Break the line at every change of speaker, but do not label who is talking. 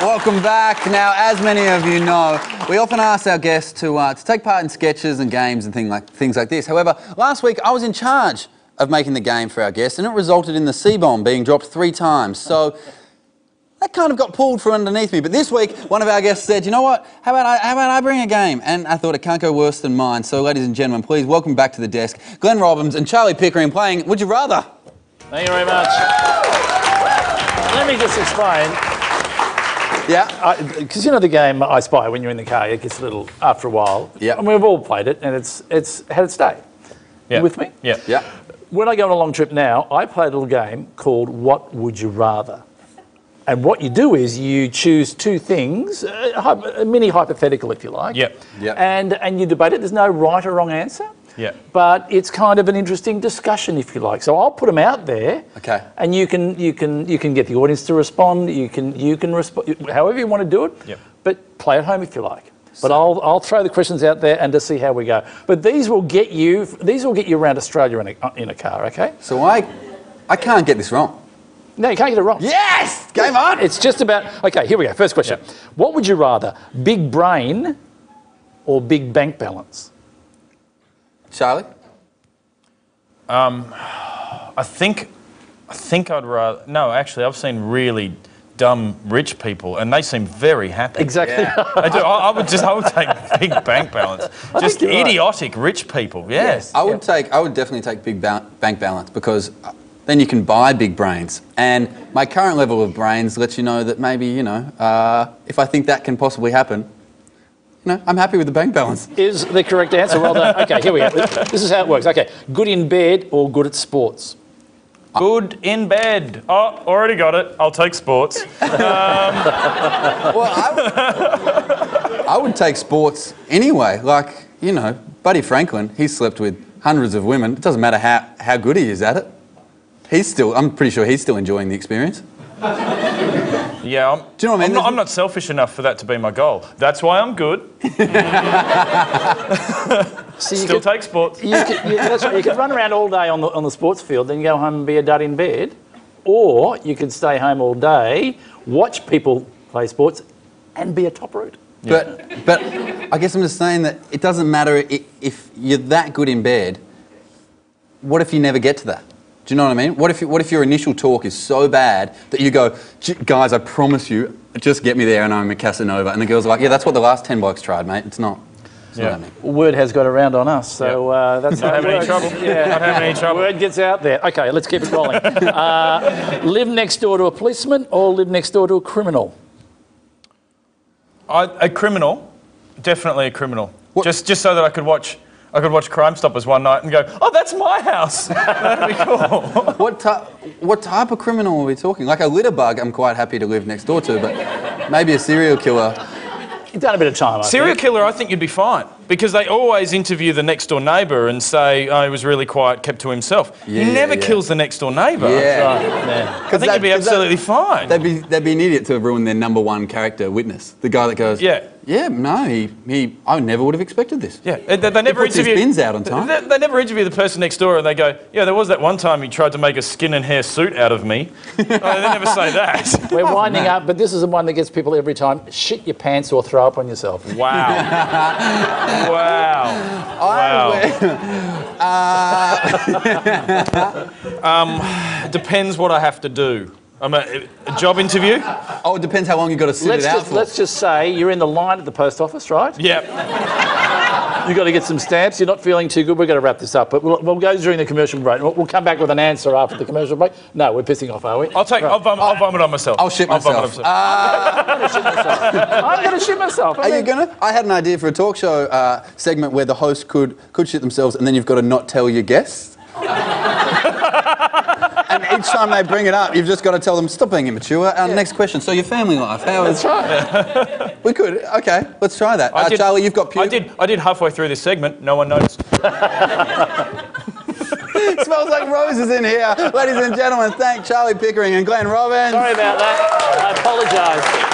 welcome back. Now, as many of you know, we often ask our guests to, uh, to take part in sketches and games and thing like, things like this. However, last week I was in charge of making the game for our guests, and it resulted in the C bomb being dropped three times. So that kind of got pulled from underneath me. But this week, one of our guests said, "You know what? How about I, how about I bring a game?" And I thought it can't go worse than mine. So, ladies and gentlemen, please welcome back to the desk Glenn Robbins and Charlie Pickering playing Would You Rather.
Thank you very much. Let me just explain.
Yeah.
Because you know the game I Spy when you're in the car, it gets a little after a while.
Yeah.
And we've all played it, and it's it's had its day. You with me?
Yeah.
Yeah.
When I go on a long trip now, I play a little game called What Would You Rather. And what you do is you choose two things, a, hy- a mini hypothetical, if you like.
Yep.
Yep.
And and you debate it. There's no right or wrong answer.
Yep.
But it's kind of an interesting discussion, if you like. So I'll put them out there.
Okay.
And you can you can you can get the audience to respond. You can you can respond however you want to do it.
Yep.
But play at home if you like. But I'll, I'll throw the questions out there and to see how we go. But these will get you these will get you around Australia in a, in a car. Okay.
So I, I can't get this wrong.
No, you can't get it wrong.
Yes. Game on.
It's just about okay. Here we go. First question: What would you rather, big brain or big bank balance?
Charlie.
I think, I think I'd rather. No, actually, I've seen really dumb rich people, and they seem very happy.
Exactly.
Yeah.
I, do, I, I would just, I would take big bank balance. Just
you're right.
idiotic rich people. Yes.
I would take. I would definitely take big ba- bank balance because uh, then you can buy big brains. And my current level of brains lets you know that maybe you know uh, if I think that can possibly happen, you know, I'm happy with the bank balance.
Is the correct answer? Well done. Okay, here we go. This is how it works. Okay, good in bed or good at sports?
Good in bed. Oh, already got it. I'll take sports.
Well, I would, I would take sports anyway. Like you know, Buddy Franklin, he slept with hundreds of women. It doesn't matter how, how good he is at it. He's still. I'm pretty sure he's still enjoying the experience.
Yeah. I'm,
Do you know what I mean?
I'm not,
There's-
I'm not selfish enough for that to be my goal. That's why I'm good.
So
Still
could,
take sports.
you could, you, that's right, you could run around all day on the, on the sports field, then go home and be a dud in bed, or you could stay home all day, watch people play sports, and be a top root.
But but I guess I'm just saying that it doesn't matter i- if you're that good in bed. What if you never get to that? Do you know what I mean? What if you, what if your initial talk is so bad that you go, "G- guys, I promise you, just get me there, and I'm a Casanova. And the girls are like, yeah, that's what the last ten blokes tried, mate. It's not. It's
Yeah.
not happening.
Word has got around on us, so uh, that's
Not
how it
having any
works.
trouble. Not having any trouble.
Word gets out there. Okay, let's keep it rolling. Uh, live next door to a policeman or live next door to a criminal?
I, a criminal, definitely a criminal.
What-
Just just so that I could watch. I could watch Crime Stoppers one night and go, oh, that's my house. That'd be cool.
What ty- what type of criminal are we talking? Like a litter bug, I'm quite happy to live next door to, but maybe a serial killer.
You've done a bit of time. I think.
Serial killer, I think you'd be fine because they always interview the next door neighbour and say, oh, he was really quiet, kept to himself.
Yeah,
he never
yeah.
kills the next door neighbour.
Yeah.
I think
that-
you'd be
'cause that-
absolutely fine.
They'd be they'd be an idiot to have ruined their number one character witness, the guy that goes,
Yeah.
yeah, no, he he, I never would have expected this.
yeah, they, they never
puts his
interview.
bins out on time.
They, they never interview the person next door and they go, yeah, there was that one time he tried to make a skin and hair suit out of me. Oh, they never say that.
We're winding up, but this is the one that gets people every time. Shit your pants or throw up on yourself.
Wow. wow. Wow. um, depends what I have to do. I'm a, a job interview?
Oh, it depends how long you got to sit
Let's
it out
just,
for.
let's just say you're in the line at the post office, right?
Yeah.
You've got to get some stamps. You're not feeling too good. We're going to wrap this up, but we'll, we'll go during the commercial break. We'll, we'll come back with an answer after the commercial break. No, we're pissing off, are we?
I'll take, I'll, vom- I'll vomit on myself.
I'll shit
vomit on
myself. Uh,
I'm going to shit myself.
are you gonna? I had an idea for a talk show uh, segment where the host could could shit themselves, and then you've got to not tell your guests. and each time they bring it up, you've just got to tell them stop being immature. Our next question. So your family life? How is?
That's right.
We could. Okay, let's try that.
I
Uh,
did-
Charlie, you've got puke.
I did, I did halfway through this segment. No one noticed.
It smells like roses in here, ladies and gentlemen. Thank Charlie Pickering and Glenn Robbins.
Sorry about that. I apologise.